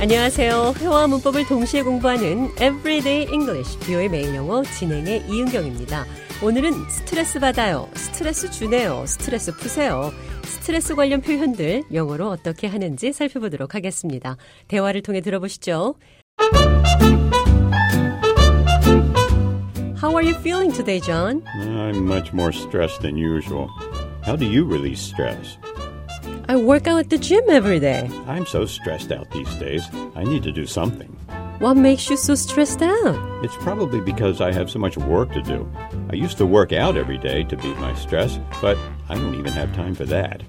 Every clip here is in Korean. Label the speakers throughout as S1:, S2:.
S1: 안녕하세요. 회화 문법을 동시에 공부하는 Everyday English 듀오의 매일 영어 진행의 이은경입니다. 오늘은 스트레스 받아요. 스트레스 주네요. 스트레스 푸세요. 스트레스 관련 표현들 영어로 어떻게 하는지 살펴보도록 하겠습니다. 대화를 통해 들어보시죠. How are you feeling today, John?
S2: I'm much more stressed than usual. How do you release stress?
S1: I work out at the gym every day.
S2: I'm so stressed out these days. I need to do something.
S1: What makes you so stressed out?
S2: It's probably because I have so much work to do. I used to work out every day to beat my stress, but I don't even have time for that.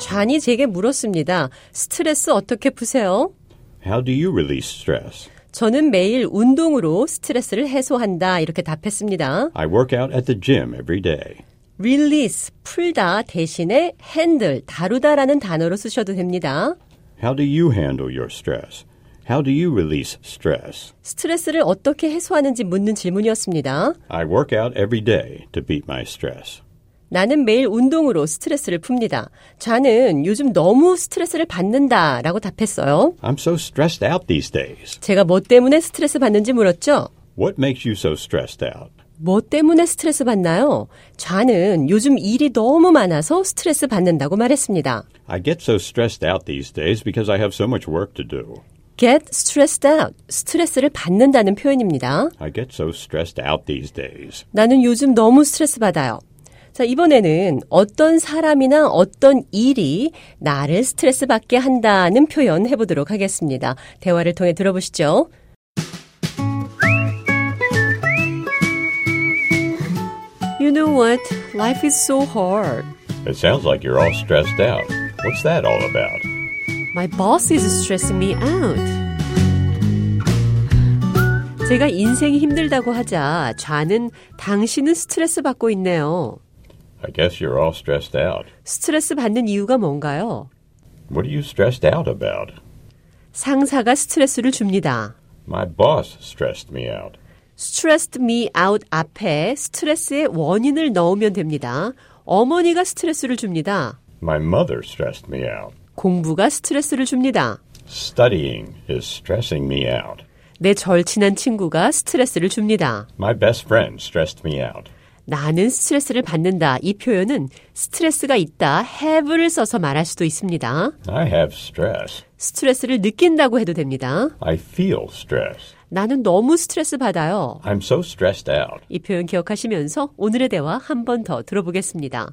S1: 잔이 제게 물었습니다. 스트레스 어떻게 푸세요?
S2: How do you release stress?
S1: 저는 매일 운동으로 스트레스를 해소한다. 이렇게 답했습니다.
S2: I work out at the gym every day.
S1: release, 풀다 대신에 handle, 다루다라는 단어로 쓰셔도 됩니다.
S2: How do you handle your stress? How do you release stress?
S1: 스트레스를 어떻게 해소하는지 묻는 질문이었습니다.
S2: I work out every day to beat my stress.
S1: 나는 매일 운동으로 스트레스를 풉니다. 저는 요즘 너무 스트레스를 받는다. 라고 답했어요.
S2: I'm so stressed out these days.
S1: 제가 뭐 때문에 스트레스 받는지 물었죠?
S2: What makes you so stressed out?
S1: 뭐 때문에 스트레스 받나요? 좌는 요즘 일이 너무 많아서 스트레스 받는다고 말했습니다.
S2: I get so stressed out these days because I have so much work to do.
S1: get stressed out, 스트레스를 받는다는 표현입니다.
S2: I get so stressed out these days.
S1: 나는 요즘 너무 스트레스 받아요. 자, 이번에는 어떤 사람이나 어떤 일이 나를 스트레스 받게 한다는 표현 해보도록 하겠습니다. 대화를 통해 들어보시죠. You know what? Life is so hard.
S2: It sounds like you're all stressed out. What's that all about?
S1: My boss is stressing me out. 제가 인생이 힘들다고 하자 좌는 당신은 스트레스 받고 있네요.
S2: I guess you're all stressed out.
S1: 스트레스 받는 이유가 뭔가요?
S2: What are you stressed out about?
S1: 상사가 스트레스를 줍니다.
S2: My boss stressed me out.
S1: stressed me out 앞에 스트레스의 원인을 넣으면 됩니다. 어머니가 스트레스를 줍니다.
S2: My mother stressed me out.
S1: 공부가 스트레스를 줍니다.
S2: Studying is stressing me out.
S1: 내 절친한 친구가 스트레스를 줍니다.
S2: My best friend stressed me out.
S1: 나는 스트레스를 받는다. 이 표현은 스트레스가 있다, have를 써서 말할 수도 있습니다.
S2: I have stress.
S1: 스트레스를 느낀다고 해도 됩니다.
S2: I feel stress.
S1: 나는 너무 스트레스 받아요.
S2: I'm so stressed out.
S1: 이 표현 기억하시면서 오늘의 대화 한 번 더 들어보겠습니다.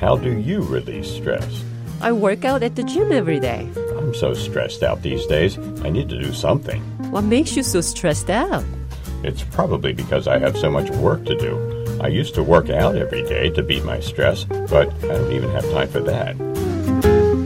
S2: How do you release stress?
S1: I work out at the gym every day.
S2: I'm so stressed out these days. I need to do something.
S1: What makes you so stressed out?
S2: It's probably because I have so much work to do. I used to work out every day to beat my stress, but I don't even have time for that.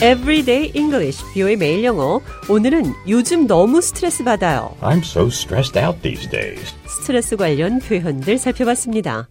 S1: Everyday English, 비오의 매일 영어. 오늘은 요즘 너무 스트레스 받아요.
S2: I'm so stressed out these days.
S1: 스트레스 관련 표현들 살펴봤습니다.